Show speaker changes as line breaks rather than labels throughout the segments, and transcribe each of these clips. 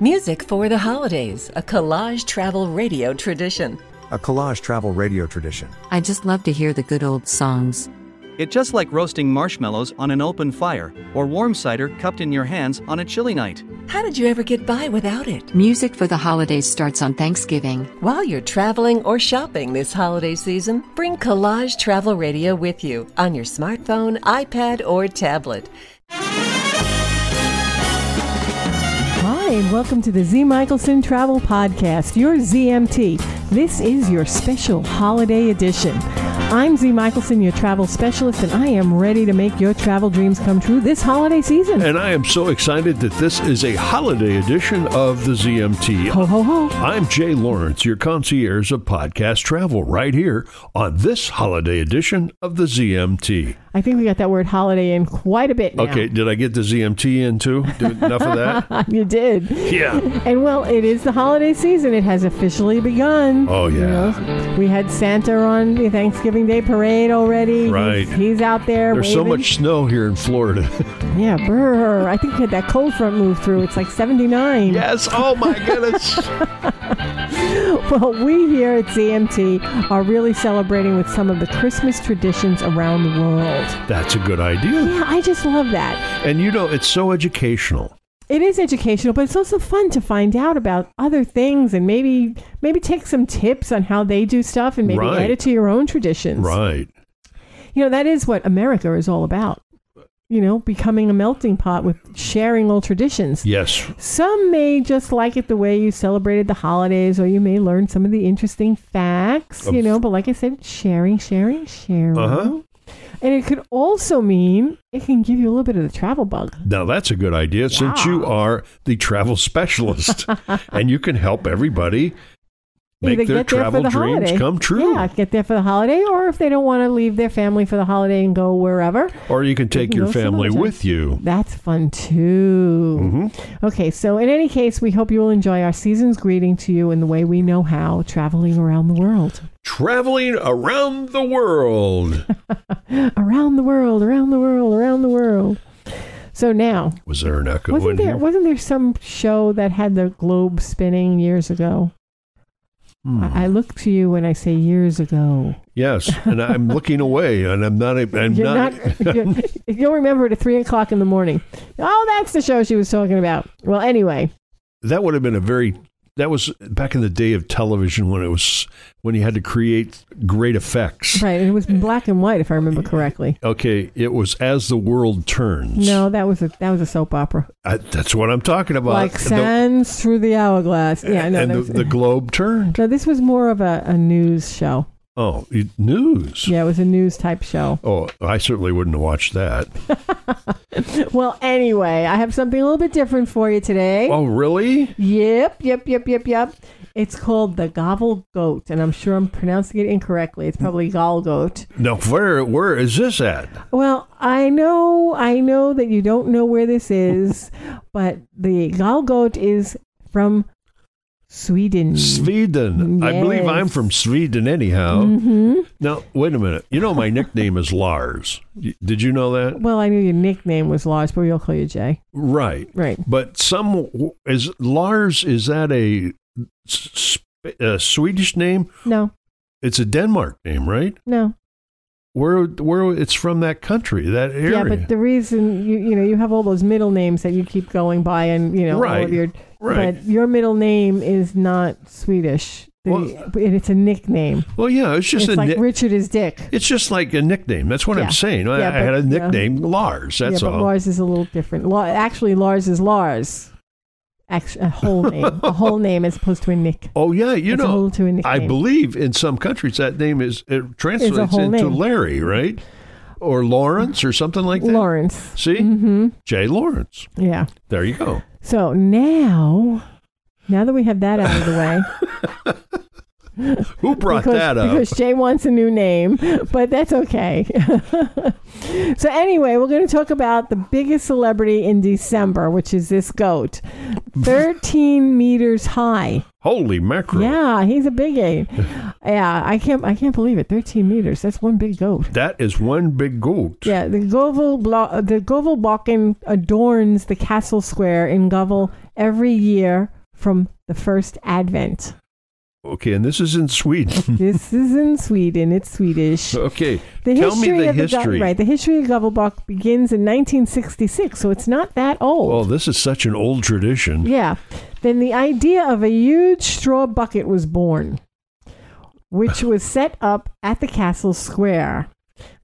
Music for the Holidays, a collage travel radio tradition.
A collage travel radio tradition.
I just love to hear the good old songs.
It just like roasting marshmallows on an open fire, or warm cider cupped in your hands on a chilly night.
How did you ever get by without it?
Music for the Holidays starts on Thanksgiving.
While you're traveling or shopping this holiday season, bring Collage Travel Radio with you on your smartphone, iPad, or tablet.
Hi, and welcome to the Z. Michelson Travel Podcast, your ZMT. This is your special holiday edition. I'm Z. Michelson, your travel specialist, and I am ready to make your travel dreams come true this holiday season.
And I am so excited that this is a holiday edition of the ZMT.
Ho, ho, ho.
I'm Jay Lawrence, your concierge of podcast travel, right here on this holiday edition of the ZMT.
I think we got that word holiday in quite a bit now.
Okay, did I get the ZMT in too? Did enough of that?
You did.
Yeah.
And well, it is the holiday season. It has officially begun.
Oh,
You
yeah.
know, we had Santa on the Thanksgiving Day parade already.
Right.
He's, he's out there.
There's so
waving.
much snow here in Florida.
Yeah, brr. I think we had that cold front move through. It's like 79.
yes. Oh, my goodness.
Well, we here at ZMT are really celebrating with some of the Christmas traditions around the world.
That's a good idea.
Yeah, I just love that.
And you know, it's so educational.
It is educational, but it's also fun to find out about other things and maybe maybe take some tips on how they do stuff and maybe
Right.
add it to your own traditions.
Right.
You know, that is what America is all about. You know, becoming a melting pot with sharing old traditions.
Yes.
Some may just like it the way you celebrated the holidays, or you may learn some of the interesting facts, you
Of-
know. But like I said, sharing, sharing, sharing.
Uh-huh.
And it could also mean it can give you a little bit of the travel bug.
Now that's a good idea since you are the travel specialist and you can help everybody make
Either
their
get there for
travel
the
dreams
holiday.
come true.
Yeah, get there for the holiday, or if they don't want to leave their family for the holiday and go wherever,
Or you can take
can
your
go some
family
other time.
with you. Mm-hmm.
that's fun too. Okay, so in any case, we hope you will enjoy our season's greeting to you in the way we know how, traveling around the world.
Traveling around the world.
around the world, around the world, around the world. So now,
Was there an echo in
wasn't there
here?
wasn't there some show that had the globe spinning years ago?
Hmm.
I, I look to you when I say years ago.
Yes, and I'm looking away, and I'm not. a- I'm
You're
not.
not. you're, you'll remember it at three o'clock in the morning. Oh, that's the show she was talking about. Well, anyway,
that would have been a very. That was back in the day of television when it was when you had to create great effects.
right? It was in black and white, if I remember correctly.
Okay, it was as the world turns.
No, that was a that was a soap opera,
I, that's what I'm talking about.
like
The-
sands through the hourglass. Yeah, no,
and
that
the,
was-
the globe turned.
no, this was more of a, a news show.
Oh, it- news.
Yeah, it was a news type show.
Oh, I certainly wouldn't have watched that.
Well, anyway, I have something a little bit different for you today.
Oh, really?
Yep, yep, yep, yep, yep. It's called the Gobble Goat, and I'm sure I'm pronouncing it incorrectly. It's probably Gall Goat.
Now, where where is this at?
Well, I know, I know that you don't know where this is, but the Gall Goat is from Sweden.
Sweden. I believe I'm
Mm. Yes. Mm.
from Sweden, anyhow.
Mm-hmm. Uh,
Now, wait a minute. You know my nickname is Lars. Y- Did you know that?
Well, I knew your nickname was Lars, but we'll call you Jay.
Right.
Right.
But some is Lars. Is that a, s- s- a Swedish name?
No,
It's a Denmark name, right?
no.
Where where it's from that country, that area.
Yeah, but the reason you you know you have all those middle names that you keep going by, and you know all
Right,
of your
right.
but your middle name is not Swedish. The-
Well-
and it's a nickname.
well, yeah, it's just
it's
a
like
ni-
Richard is Dick.
It's just like a nickname. That's what
Yeah.
I'm saying. I,
Yeah,
I had a
but, yeah.
nickname, Lars. That's
yeah, but
all.
Lars is a little different. La- actually, Lars is Lars. Actually, a whole name, a whole name as opposed to a nick.
oh yeah, you
It's a
know,
whole to a nickname.
I believe in some countries that name is it translates
whole
into
name.
Larry, right? Or Lawrence or something like that.
Lawrence.
See,
hmm
Jay Lawrence.
Yeah.
There you go.
So now, now that we have that out of the way,
Who brought
because,
that up?
because Jay wants a new name, but that's okay. so anyway, we're going to talk about the biggest celebrity in December, which is this goat, thirteen meters high.
Holy mackerel!
Yeah, he's a big eight. Yeah, I can't I can't believe it. Thirteen meters. That's one big goat.
That is one big goat.
Yeah, the Govel Blo- uh, the Govelbalken adorns the castle square in Govel every year from the first Advent.
Okay, and this is in Sweden.
this is in Sweden. It's Swedish.
okay,
The
tell me
history
the
of the
history.
Gov- right, the history of Govelbach begins in 1966, so it's not that old.
Oh, this is such an old tradition.
yeah. Then the idea of a huge straw bucket was born, which was set up at the castle square.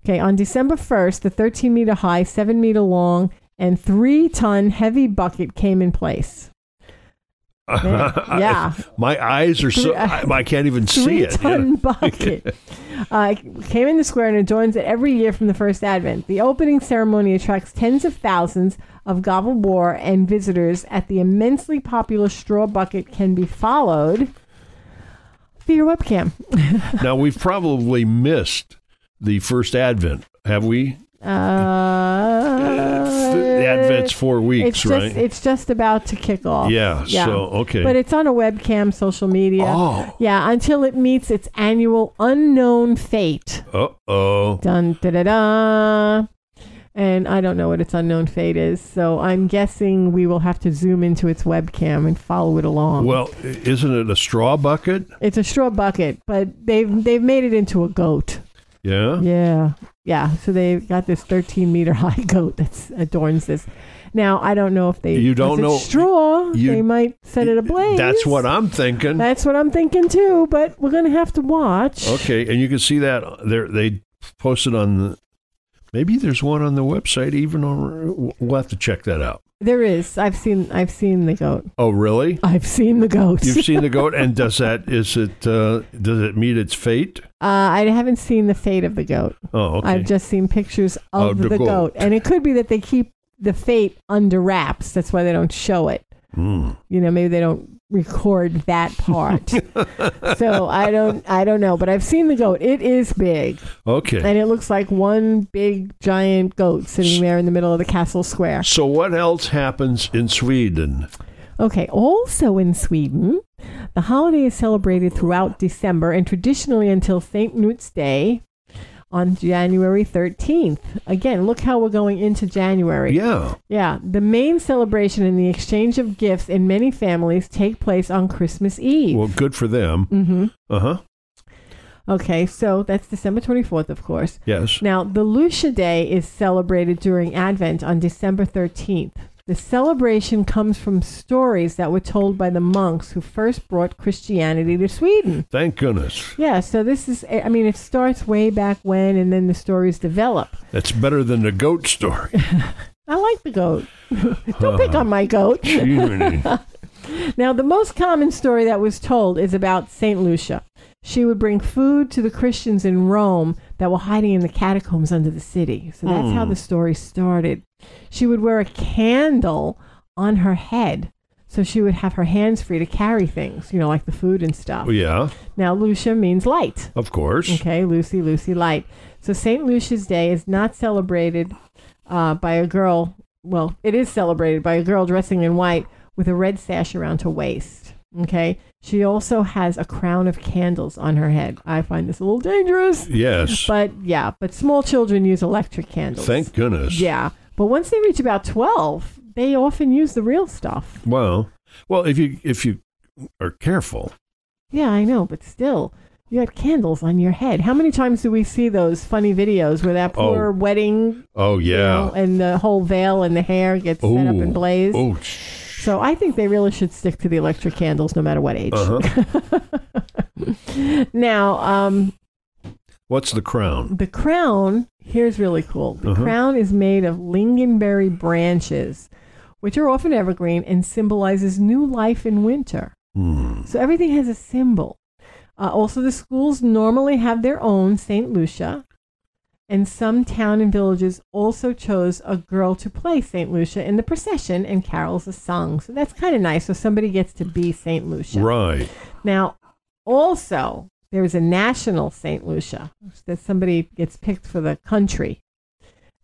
Okay, on December 1st, the 13 meter high, 7 meter long, and 3 ton heavy bucket came in place. Yeah.
my eyes are so
Three-
I, I can't even see
three
it.
ton bucket. uh, came in the square and adorns it every year from the first advent. The opening ceremony attracts tens of thousands of gobblebore and visitors at the immensely popular straw bucket can be followed via your webcam.
Now we've probably missed the first Advent, have we?
Uh,
the Advent's four weeks,
it's
right?
Just, it's just about to kick off.
Yeah, so, okay.
But it's on a webcam, social media.
Oh.
Yeah, until it meets its annual unknown fate.
uh oh.
Dun da da da. And I don't know what its unknown fate is, so I'm guessing we will have to zoom into its webcam and follow it along.
Well, i- isn't it a straw bucket?
it's a straw bucket, but they've they've made it into a goat.
Yeah.
Yeah, yeah. So they got this 13 meter high goat that adorns this. Now I don't know if they
You don't
was it
know-
straw.
you-
they might set it ablaze.
That's what I'm thinking.
That's what I'm thinking too. But we're gonna have to watch.
Okay, and you can see that there they posted on the maybe there's one on the website even on we'll have to check that out.
There is. I've seen. I've seen the goat.
Oh, really?
I've seen the goat.
You've seen the goat and does that is it uh does it meet its fate?
Uh, I haven't seen the fate of the goat.
Oh, okay.
I've just seen pictures of
Of
the,
the
goat.
goat.
and it could be that they keep the fate under wraps. That's why they don't show it. You know, maybe they don't record that part. so I don't, I don't know. But I've seen the goat. It is big,
okay.
and it looks like one big giant goat sitting there in the middle of the castle square.
So what else happens in Sweden?
Okay, also in Sweden, the holiday is celebrated throughout December and traditionally until St. Knut's Day on January 13th. Again, look how we're going into January.
Yeah.
Yeah, the main celebration and the exchange of gifts in many families take place on Christmas Eve.
Well, good for them. Mm-hmm. Uh-huh.
okay, so that's December 24th, of course.
Yes.
Now, the Lucia Day is celebrated during Advent on December 13th. The celebration comes from stories that were told by the monks who first brought Christianity to Sweden.
Thank goodness.
Yeah, so this is, I mean, it starts way back when, and then the stories develop.
That's better than the goat story.
I like the goat. Don't pick
Uh-huh.
on my goat.
Gee,
Now, the most common story that was told is about St. Lucia. She would bring food to the Christians in Rome that were hiding in the catacombs under the city. So that's how the story started. She would wear a candle on her head. So she would have her hands free to carry things, you know, like the food and stuff.
yeah,
Now, Lucia means light.
of course.
Okay, Lucy, Lucy Light. So St. Lucia's Day is not celebrated uh, by a girl. Well, it is celebrated by a girl dressing in white with a red sash around her waist. Okay. She also has a crown of candles on her head. I find this a little dangerous.
Yes.
But yeah, but small children use electric candles.
Thank goodness.
Yeah. But once they reach about 12, they often use the real stuff.
Well, well, if you if you are careful,
Yeah, I know, but still, you had candles on your head. How many times do we see those funny videos where that
Oh.
poor wedding
oh
you know,
yeah,
and the whole veil and the hair gets set up in
Ooh.
blaze.
oh, sh-
So I think they really should stick to the electric candles no matter what age.
uh-huh.
Now, um,
What's the crown?
the crown, here's really cool. The
Uh-huh.
crown is made of lingonberry branches, which are often evergreen and symbolizes new life in winter.
Hmm.
So everything has a symbol. Uh, also, the schools normally have their own St. Lucia, and some town and villages also chose a girl to play St. Lucia in the procession and carols a song. So that's kind of nice. So somebody gets to be St. Lucia.
Right.
Now, Also, there's a national St. Lucia that somebody gets picked for the country.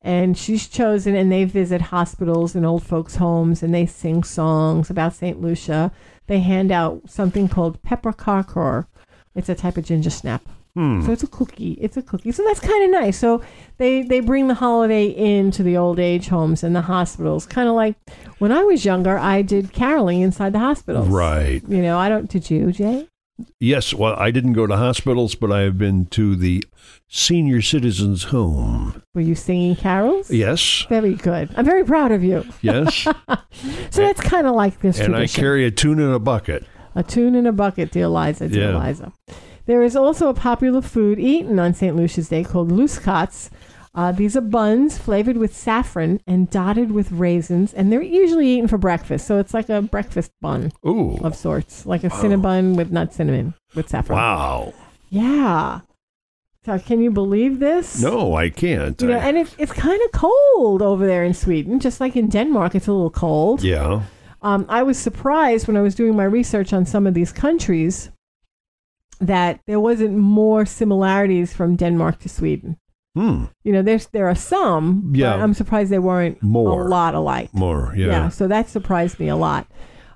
And she's chosen, and they visit hospitals and old folks' homes, and they sing songs about St. Lucia. They hand out something called peppercorn. It's a type of ginger snap. So it's a cookie. It's a cookie. So that's kind of nice. So they they bring the holiday into the old age homes and the hospitals. Kind of like when I was younger, I did caroling inside the hospitals.
Right.
You know, I don't. Did you, Jay?
Yes. Well, I didn't go to hospitals, but I have been to the senior citizens' home.
Were you singing carols?
Yes.
Very good. I'm very proud of you.
Yes.
So that's kind of like this.
and I
tradition.
carry a tune in a bucket.
A tune in a bucket, dear Liza, dear
Yeah.
Liza. There is also a popular food eaten on St. Lucia's Day called louscots. Uh, these are buns flavored with saffron and dotted with raisins, and they're usually eaten for breakfast. So it's like a breakfast bun
Ooh.
of sorts, like a cinnabon with not cinnamon, with saffron.
Wow.
Yeah. So can you believe this?
No, I can't.
You know,
I-
and it's, it's kind of cold over there in Sweden, just like in Denmark, it's a little cold.
yeah.
Um, I was surprised when I was doing my research on some of these countries that there wasn't more similarities from Denmark to Sweden.
Hmm.
You know, there's there are some,
Yeah.
but I'm surprised they weren't
More.
a lot alike.
More. Yeah.
so that surprised me a lot.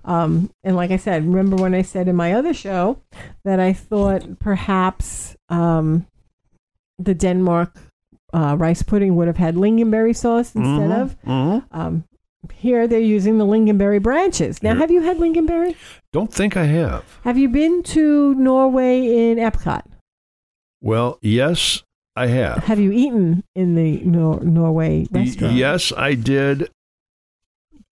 Um, and like I said, remember when I said in my other show that I thought perhaps um, the Denmark uh, rice pudding would have had lingonberry sauce instead of
Mhm.
um, here they're using the lingonberry branches. Now,
Here-
have you had lingonberry?
Don't think I have.
Have you been to Norway in Epcot?
Well, yes, I have.
Have you eaten in the Nor- Norway
Y-
restaurant?
Yes, I did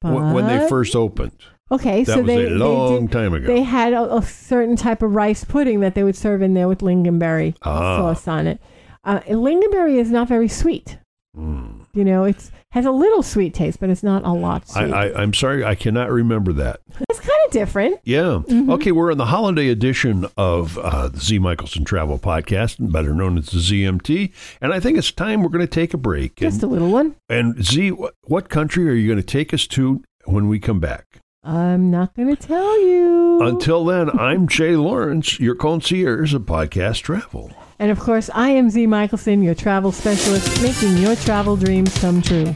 w- when they
But-
first opened.
Okay,
That
so
was
they
a long
they did-
time ago.
They had a, a certain type of rice pudding that they would serve in there with lingonberry
Ah.
sauce on it. Uh, lingonberry is not very sweet.
Mm.
You know, it's has a little sweet taste, but it's not a lot
I,
sweet.
I, I'm sorry, I cannot remember that.
it's kind of different.
Yeah.
Mm-hmm.
Okay, we're in the holiday edition of uh, the Z. Michelson Travel Podcast, better known as the ZMT. And I think it's time we're going to take a break.
Just
And,
a little one.
and Z, what, what country are you going to take us to when we come back?
I'm not going to tell you.
Until then, I'm Jay Lawrence, your concierge of podcast travel.
And of course, I am Z. Michelson, your travel specialist, making your travel dreams come true.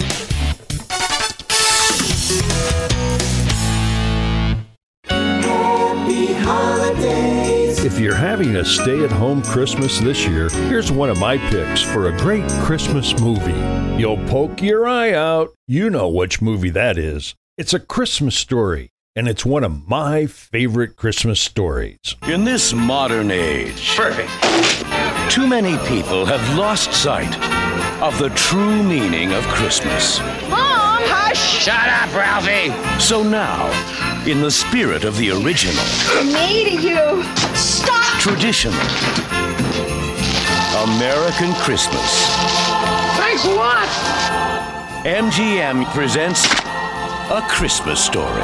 If you're having a stay at home Christmas this year, here's one of my picks for a great Christmas movie. You'll poke your eye out. You know which movie that is. It's a Christmas story, and it's one of my favorite Christmas stories.
In this modern age, perfect. Too many people have lost sight of the true meaning of Christmas.
Mom! Hush!
Shut up, Ralphie. So now, in the spirit of the original,
Me to you! Stop!
traditional American Christmas,
Thanks a lot!
MGM presents A Christmas Story.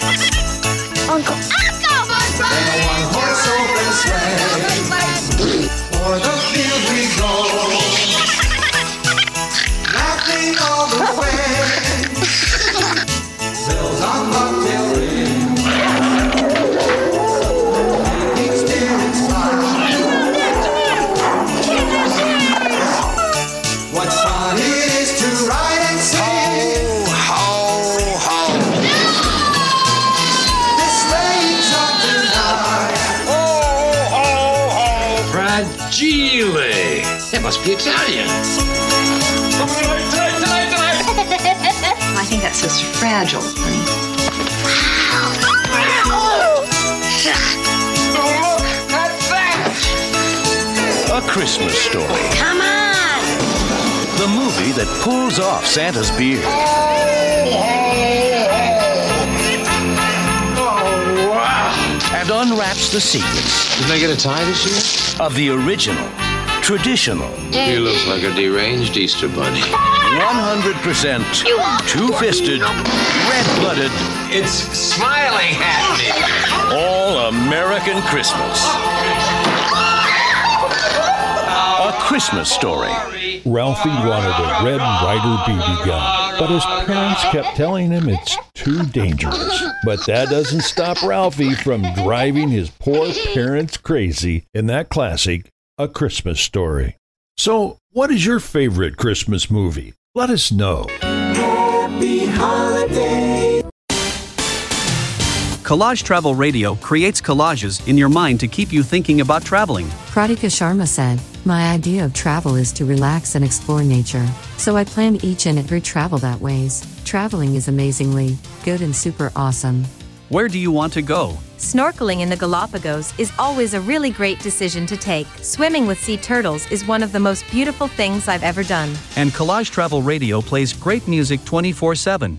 Uncle! Uncle! one horse open sleigh.
For the field we go, laughing all the way. Bells on bobtail ring, making spirits fly. What fun it is to ride and sing! This sleigh's on tonight.
Fragile. That must be Italian.
I think that says fragile, honey.
A Christmas Story. Come on! The movie that pulls off Santa's beard. And unwraps the secrets
Did I get a tie this year?
of the original, traditional,
He looks like a deranged Easter bunny.
100% two fisted, red blooded,
It's smiling at me.
all American Christmas. A Christmas Story.
Ralphie wanted a Red Rider BB gun. But his parents kept telling him it's too dangerous. But that doesn't stop Ralphie from driving his poor parents crazy in that classic, A Christmas Story. So, what is your favorite Christmas movie? Let us know.
Happy holidays.
Collage Travel Radio creates collages in your mind to keep you thinking about traveling.
Pratika Sharma said, My idea of travel is to relax and explore nature. So I plan each and every travel that ways. Traveling is amazingly good and super awesome.
Where do you want to go?
Snorkeling in the Galapagos is always a really great decision to take. Swimming with sea turtles is one of the most beautiful things I've ever done.
And Collage Travel Radio plays great music 24 7.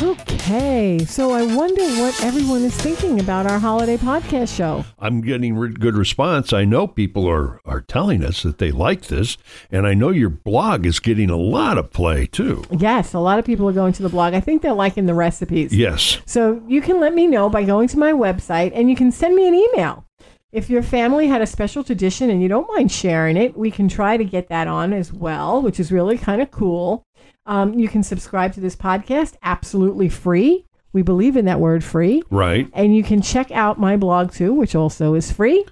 Okay, so I wonder what everyone is thinking about our holiday podcast show.
I'm getting re- good response. I know people are, are telling us that they like this, and I know your blog is getting a lot of play too.
Yes, a lot of people are going to the blog. I think they're liking the recipes.
Yes.
So you can let me know by going to my website, and you can send me an email. If your family had a special tradition and you don't mind sharing it, we can try to get that on as well, which is really kind of cool. Um, you can subscribe to this podcast absolutely free. We believe in that word free.
Right.
And you can check out my blog too, which also is free.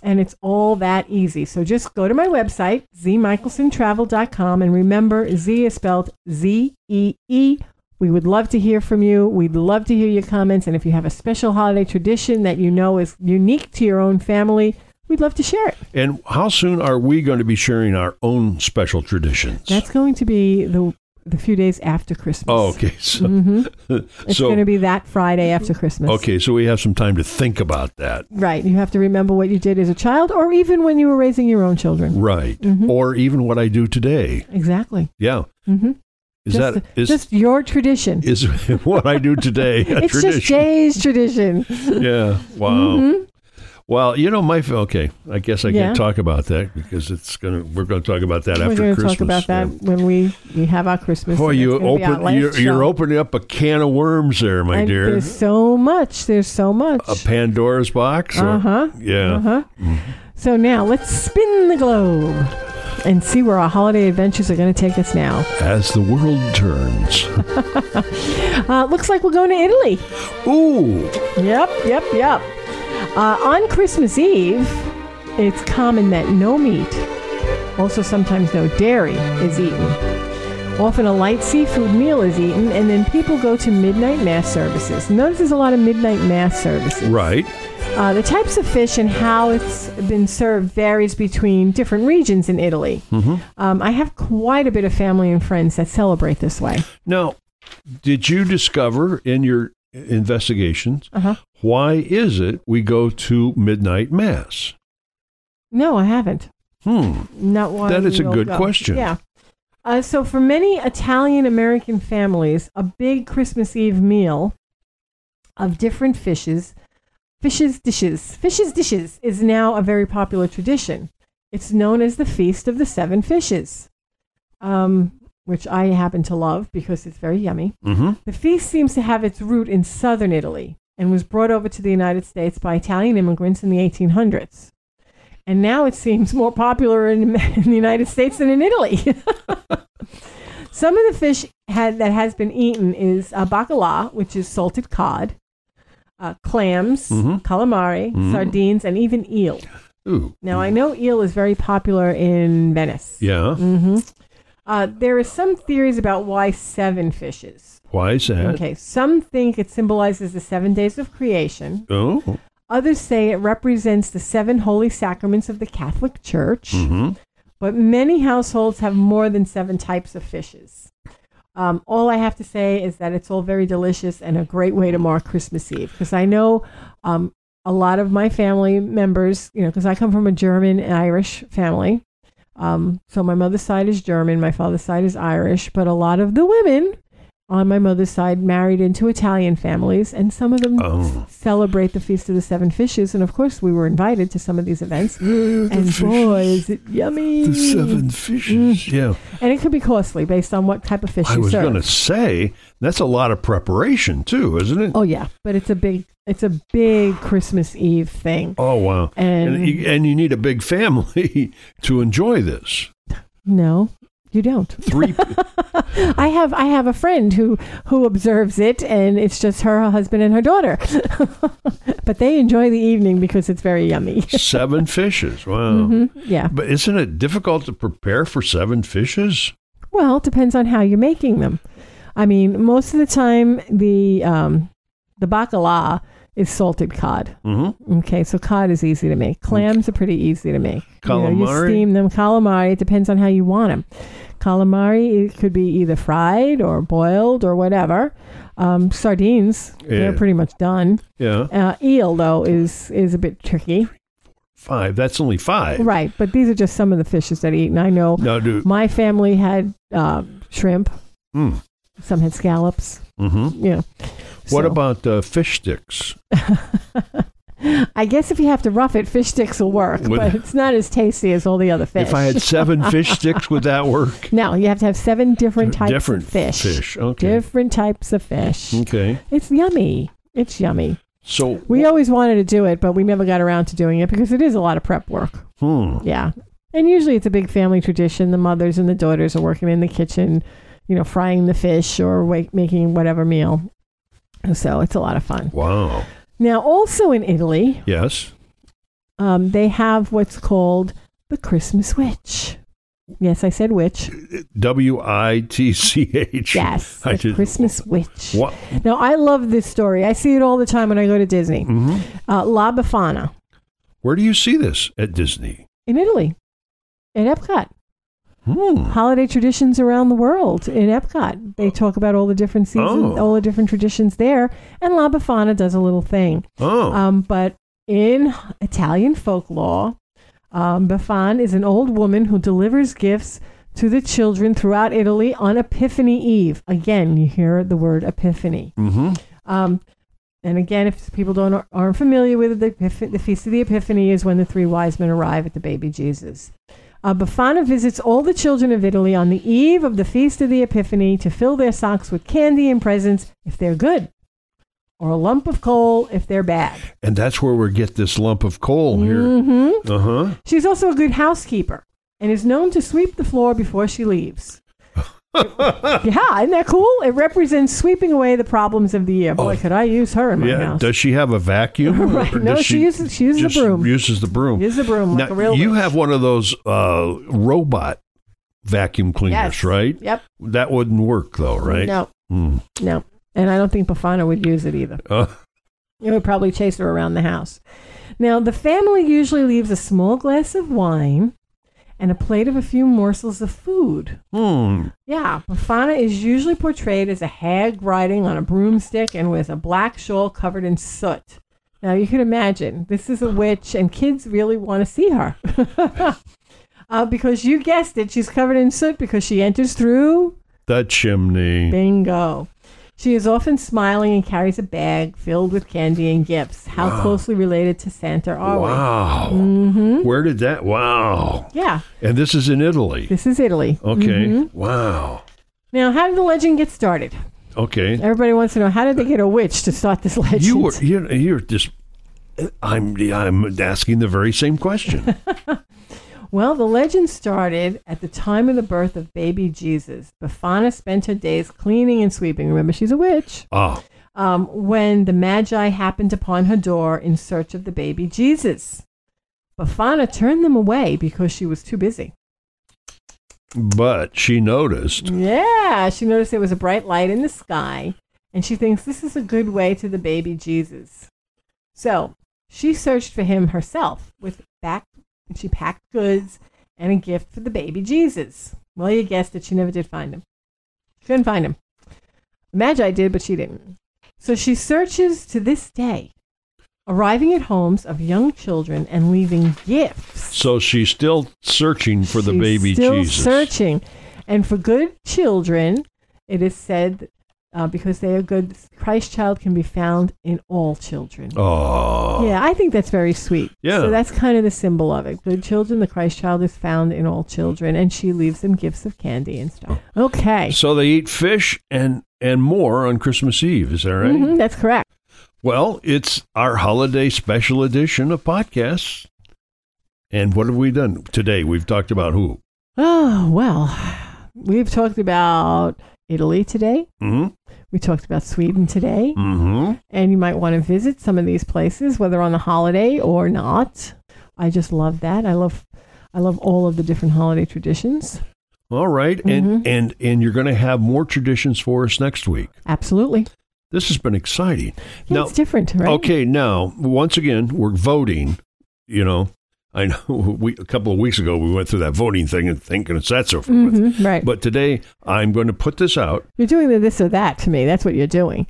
And it's all that easy. So just go to my website, zmichelsontravel.com. And remember, Z is spelled Z E E. We would love to hear from you. We'd love to hear your comments. And if you have a special holiday tradition that you know is unique to your own family, we'd love to share it.
And how soon are we going to be sharing our own special traditions?
That's going to be the the few days after Christmas.
Oh, okay. So,
Mhm. It's
so
going to be that Friday after Christmas.
okay, so we have some time to think about that.
Right. You have to remember what you did as a child or even when you were raising your own children.
Right.
Mm-hmm.
Or even what I do today.
Exactly.
Yeah.
Mm-hmm.
Is
just,
that is
just your tradition.
is what I do today a
it's
tradition?
just Jay's tradition.
yeah. Wow.
Mhm.
Well, you know my fa- okay. I guess I
Yeah.
can't talk about that because it's gonna. We're gonna talk about that
We're
after
going to
Christmas.
talk about that
Yeah.
when we, we have our Christmas.
Boy,
and
you
it's gonna be our
open.
last
You're, you're
show.
opening up a can of worms there, my
And
dear.
There's so much. There's so much.
A Pandora's box. or-
Uh-huh.
Yeah.
Uh-huh. So now let's spin the globe and see where our holiday adventures are going to take us now.
As the world turns.
Uh, looks like we're going to Italy.
Ooh.
Yep, yep, yep. Uh, on Christmas Eve, it's common that no meat, also sometimes no dairy, is eaten. Often a light seafood meal is eaten, and then people go to midnight mass services. Notice there's a lot of midnight mass services.
Right.
Uh, the types of fish and how it's been served varies between different regions in Italy. Um, I have quite a bit of family and friends that celebrate this way.
Now, did you discover in your investigations
Uh-huh.
why is it we go to midnight mass?
No, I haven't.
Hmm.
Not why
That is
we
a
all
good
go.
question.
Yeah. Uh, so for many Italian American families, a big Christmas Eve meal of different fishes, fishes dishes, fishes dishes is now a very popular tradition. It's known as the Feast of the Seven Fishes, um, which I happen to love because it's very yummy.
Mm-hmm.
The feast seems to have its root in southern Italy and was brought over to the United States by Italian immigrants in the 1800s. And now it seems more popular in, in the United States than in Italy. Some of the fish had, that has been eaten is uh, bacala, which is salted cod, uh, clams,
Mhm.
calamari,
Mhm.
sardines, and even eel.
Ooh.
Now, I know eel is very popular in Venice.
Yeah.
hmm Uh, there are some theories about why seven fishes.
Why is that?
Okay, some think it symbolizes the seven days of creation.
Oh.
Others say it represents the seven holy sacraments of the Catholic Church.
hmm
But many households have more than seven types of fishes. Um, all I have to say is that it's all very delicious and a great way to mark Christmas Eve. Because I know um, a lot of my family members, you know, because I come from a German and Irish family. Um, so my mother's side is German, my father's side is Irish. But a lot of the women on my mother's side married into Italian families, and some of them
Oh.
celebrate the Feast of the Seven Fishes. And of course, we were invited to some of these events. and boy, is it yummy!
The seven fishes. Yeah.
And it could be costly based on what type of fish
I
you
was
serve.
going to say that's a lot of preparation too, isn't it?
Oh yeah, but it's a big it's a big Christmas Eve thing.
Oh, wow.
And-
you, and you need a big family to enjoy this.
No, You don't.
Three.
I have I have a friend who who observes it, and it's just her, her husband, and her daughter. but they enjoy the evening because it's very yummy.
seven fishes. Wow.
Mhm, yeah.
But isn't it difficult to prepare for seven fishes?
Well, it depends on how you're making them. I mean, most of the time the um, the bacala is salted cod.
Mm-hmm.
Okay, so cod is easy to make. Clams are pretty easy to make. You, know, you
Calamari?
steam them. Calamari, it depends on how you want them. Calamari, it could be either fried or boiled or whatever. Um, sardines,
Yeah.
they're pretty much done.
Yeah.
Uh, eel, though, is, is a bit tricky.
Five. That's only five.
Right, but these are just some of the fishes that I eat. And I know
Now do.
my family had uh, shrimp,
Mm.
some had scallops.
hmm
Yeah.
What
So-
about uh, fish sticks?
I guess if you have to rough it, fish sticks will work,
Would-
but it's not as tasty as all the other fish.
If I had seven fish sticks, would that work?
No, you have to have seven different types
Different
of fish.
fish, okay. Mm.
Different types of fish.
Okay.
It's yummy. It's yummy.
So,
We always wanted to do it, but we never got around to doing it because it is a lot of prep work.
hmm.
Yeah. And usually it's a big family tradition. The mothers and the daughters are working in the kitchen, you know, frying the fish or wa- making whatever meal. So it's a lot of fun.
Wow.
Now, also in Italy,
Yes.
um, they have what's called the Christmas witch. Yes, I said witch.
W I T C H.
Yes,
I
the
did-
Christmas witch.
What?
Now, I love this story. I see it all the time when I go to Disney.
hmm
Uh, La Befana
Where do you see this at Disney?
in Italy, at Epcot.
Hmm.
Holiday traditions around the world in Epcot. They talk about all the different seasons,
Oh.
all the different traditions there, and La Befana does a little thing.
Oh.
Um, but in Italian folklore, um, Befan is an old woman who delivers gifts to the children throughout Italy on Epiphany Eve. Again, you hear the word Epiphany.
hmm
Um, and again, if people don't aren't familiar with it, the, Epiph- the Feast of the Epiphany is when the three wise men arrive at the baby Jesus. Uh, Befana visits all the children of Italy on the eve of the Feast of the Epiphany to fill their socks with candy and presents if they're good, or a lump of coal if they're bad.
And that's where we get this lump of coal
hmm
here. Uh huh.
She's also a good housekeeper and is known to sweep the floor before she leaves. yeah, isn't that cool? It represents sweeping away the problems of the year. Boy, could I use her in my
Oh. Yeah.
house.
Does she have a vacuum?
Right.
or
No,
does
she uses- she uses a
just
broom.
Uses the broom.
Use the broom like a
now,
real
you
witch.
have one of those uh, robot vacuum cleaners,
Yes.
right?
Yep.
That wouldn't work though, right?
No,
Hmm.
no. And I don't think Bafana would use it either.
Uh,
It would probably chase her around the house. Now, the family usually leaves a small glass of wine and a plate of a few morsels of food.
hmm.
Yeah, Bafana is usually portrayed as a hag riding on a broomstick and with a black shawl covered in soot. Now, you can imagine, this is a witch, and kids really want to see her. uh, because you guessed it, she's covered in soot because she enters through
The chimney.
Bingo. She is often smiling and carries a bag filled with candy and gifts. How closely related to Santa are
Wow.
we? Mm-hmm.
Where did that? Wow.
Yeah,
And this is in Italy.
this is Italy.
Okay.
Mhm.
Wow.
Now, how did the legend get started?
Okay.
Everybody wants to know how did they get a witch to start this legend?
You were you you're just I'm I'm asking the very same question.
Well, the legend started at the time of the birth of baby Jesus. Befana spent her days cleaning and sweeping. Remember, she's a witch.
ah.
um, when the Magi happened upon her door in search of the baby Jesus. Bafana turned them away because she was too busy.
But she noticed.
Yeah, she noticed there was a bright light in the sky, and she thinks this is a good way to the baby Jesus. So she searched for him herself with back. She packed goods and a gift for the baby Jesus. Well, you guessed it. She never did find him. Couldn't find him. Magi did, but she didn't. So she searches to this day, arriving at homes of young children and leaving gifts
So she's still searching for the
She's
baby
still
Jesus.
Searching, and for good children, it is said uh, because they are good, Christ child can be found in all children.
Oh.
Yeah, I think that's very sweet.
Yeah.
So that's kind of the symbol of it. Good children, the Christ child is found in all children, and she leaves them gifts of candy and stuff.
Oh.
Okay.
So they eat fish and and more on Christmas Eve, is that right?
Mhm, that's correct.
Well, it's our holiday special edition of podcasts. And what have we done today? We've talked about who?
Oh, well, We've talked about Italy today.
Mm-hmm.
We talked about Sweden today.
Mm-hmm.
And you might want to visit some of these places, whether on a holiday or not. I just love that. I love, I love all of the different holiday traditions.
All right.
Mm-hmm.
And and and you're going to have more traditions for us next week.
Absolutely.
This has been exciting.
Yeah, it's different, right?
Okay, now once again, we're voting. You know, I know we a couple of weeks ago we went through that voting thing and thinking it's that's over with.
Mhm, right.
But today I'm going to put this out.
You're doing the this or that to me. That's what you're doing.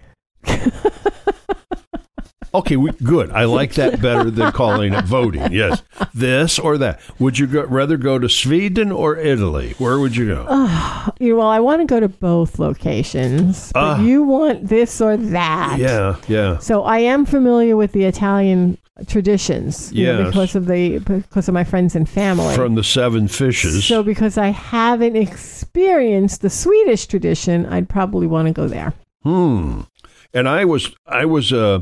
Okay, we, good. I like that better than calling it voting. Yes, this or that. Would you go, rather go to Sweden or Italy? Where would you go?
Oh, You- well, I want to go to both locations, but
Ah.
you want this or that.
yeah, yeah.
So I am familiar with the Italian traditions, you know,
Yes.
because of the because of my friends and family.
From the seven fishes.
so because I haven't experienced the Swedish tradition, I'd probably want to go there.
Hmm. And I was, I was, uh,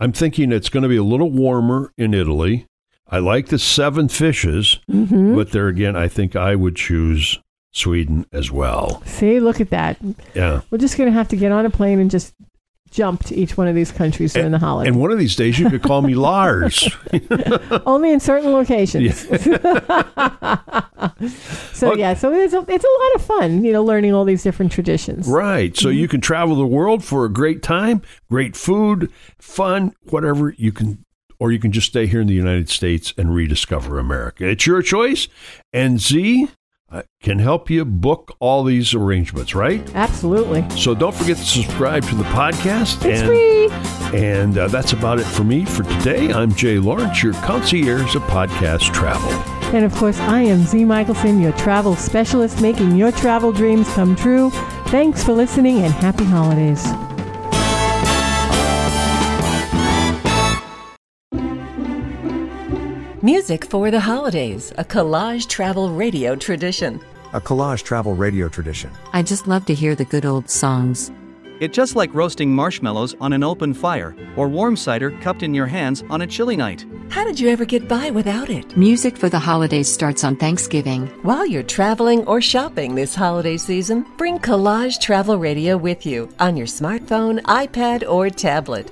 I'm thinking it's going to be a little warmer in Italy. I like the seven fishes,
Mm-hmm.
but there again, I think I would choose Sweden as well.
See, look at that.
Yeah.
We're just gonna have to get on a plane and just jump to each one of these countries during the holiday.
And one of these days you could call me Lars.
Only in certain locations. so
Okay.
yeah, so it's a, it's a lot of fun, you know, learning all these different traditions.
Right. So
Mm-hmm.
you can travel the world for a great time, great food, fun, whatever you can, or you can just stay here in the United States and rediscover America. It's your choice. And Z uh, can help you book all these arrangements, right?
Absolutely.
So don't forget to subscribe to the podcast.
It's
and
free.
and uh, that's about it for me for today. I'm Jay Lawrence, your concierge of podcast travel.
And of course, I am Z Michelson, your travel specialist, making your travel dreams come true. Thanks for listening and happy holidays.
Music for the holidays, a collage travel radio tradition.
A collage travel radio tradition.
I just love to hear the good old songs.
It just like roasting marshmallows on an open fire, or warm cider cupped in your hands on a chilly night.
How did you ever get by without it?
Music for the holidays starts on Thanksgiving.
While you're traveling or shopping this holiday season, bring Collage Travel Radio with you on your smartphone, iPad, or tablet.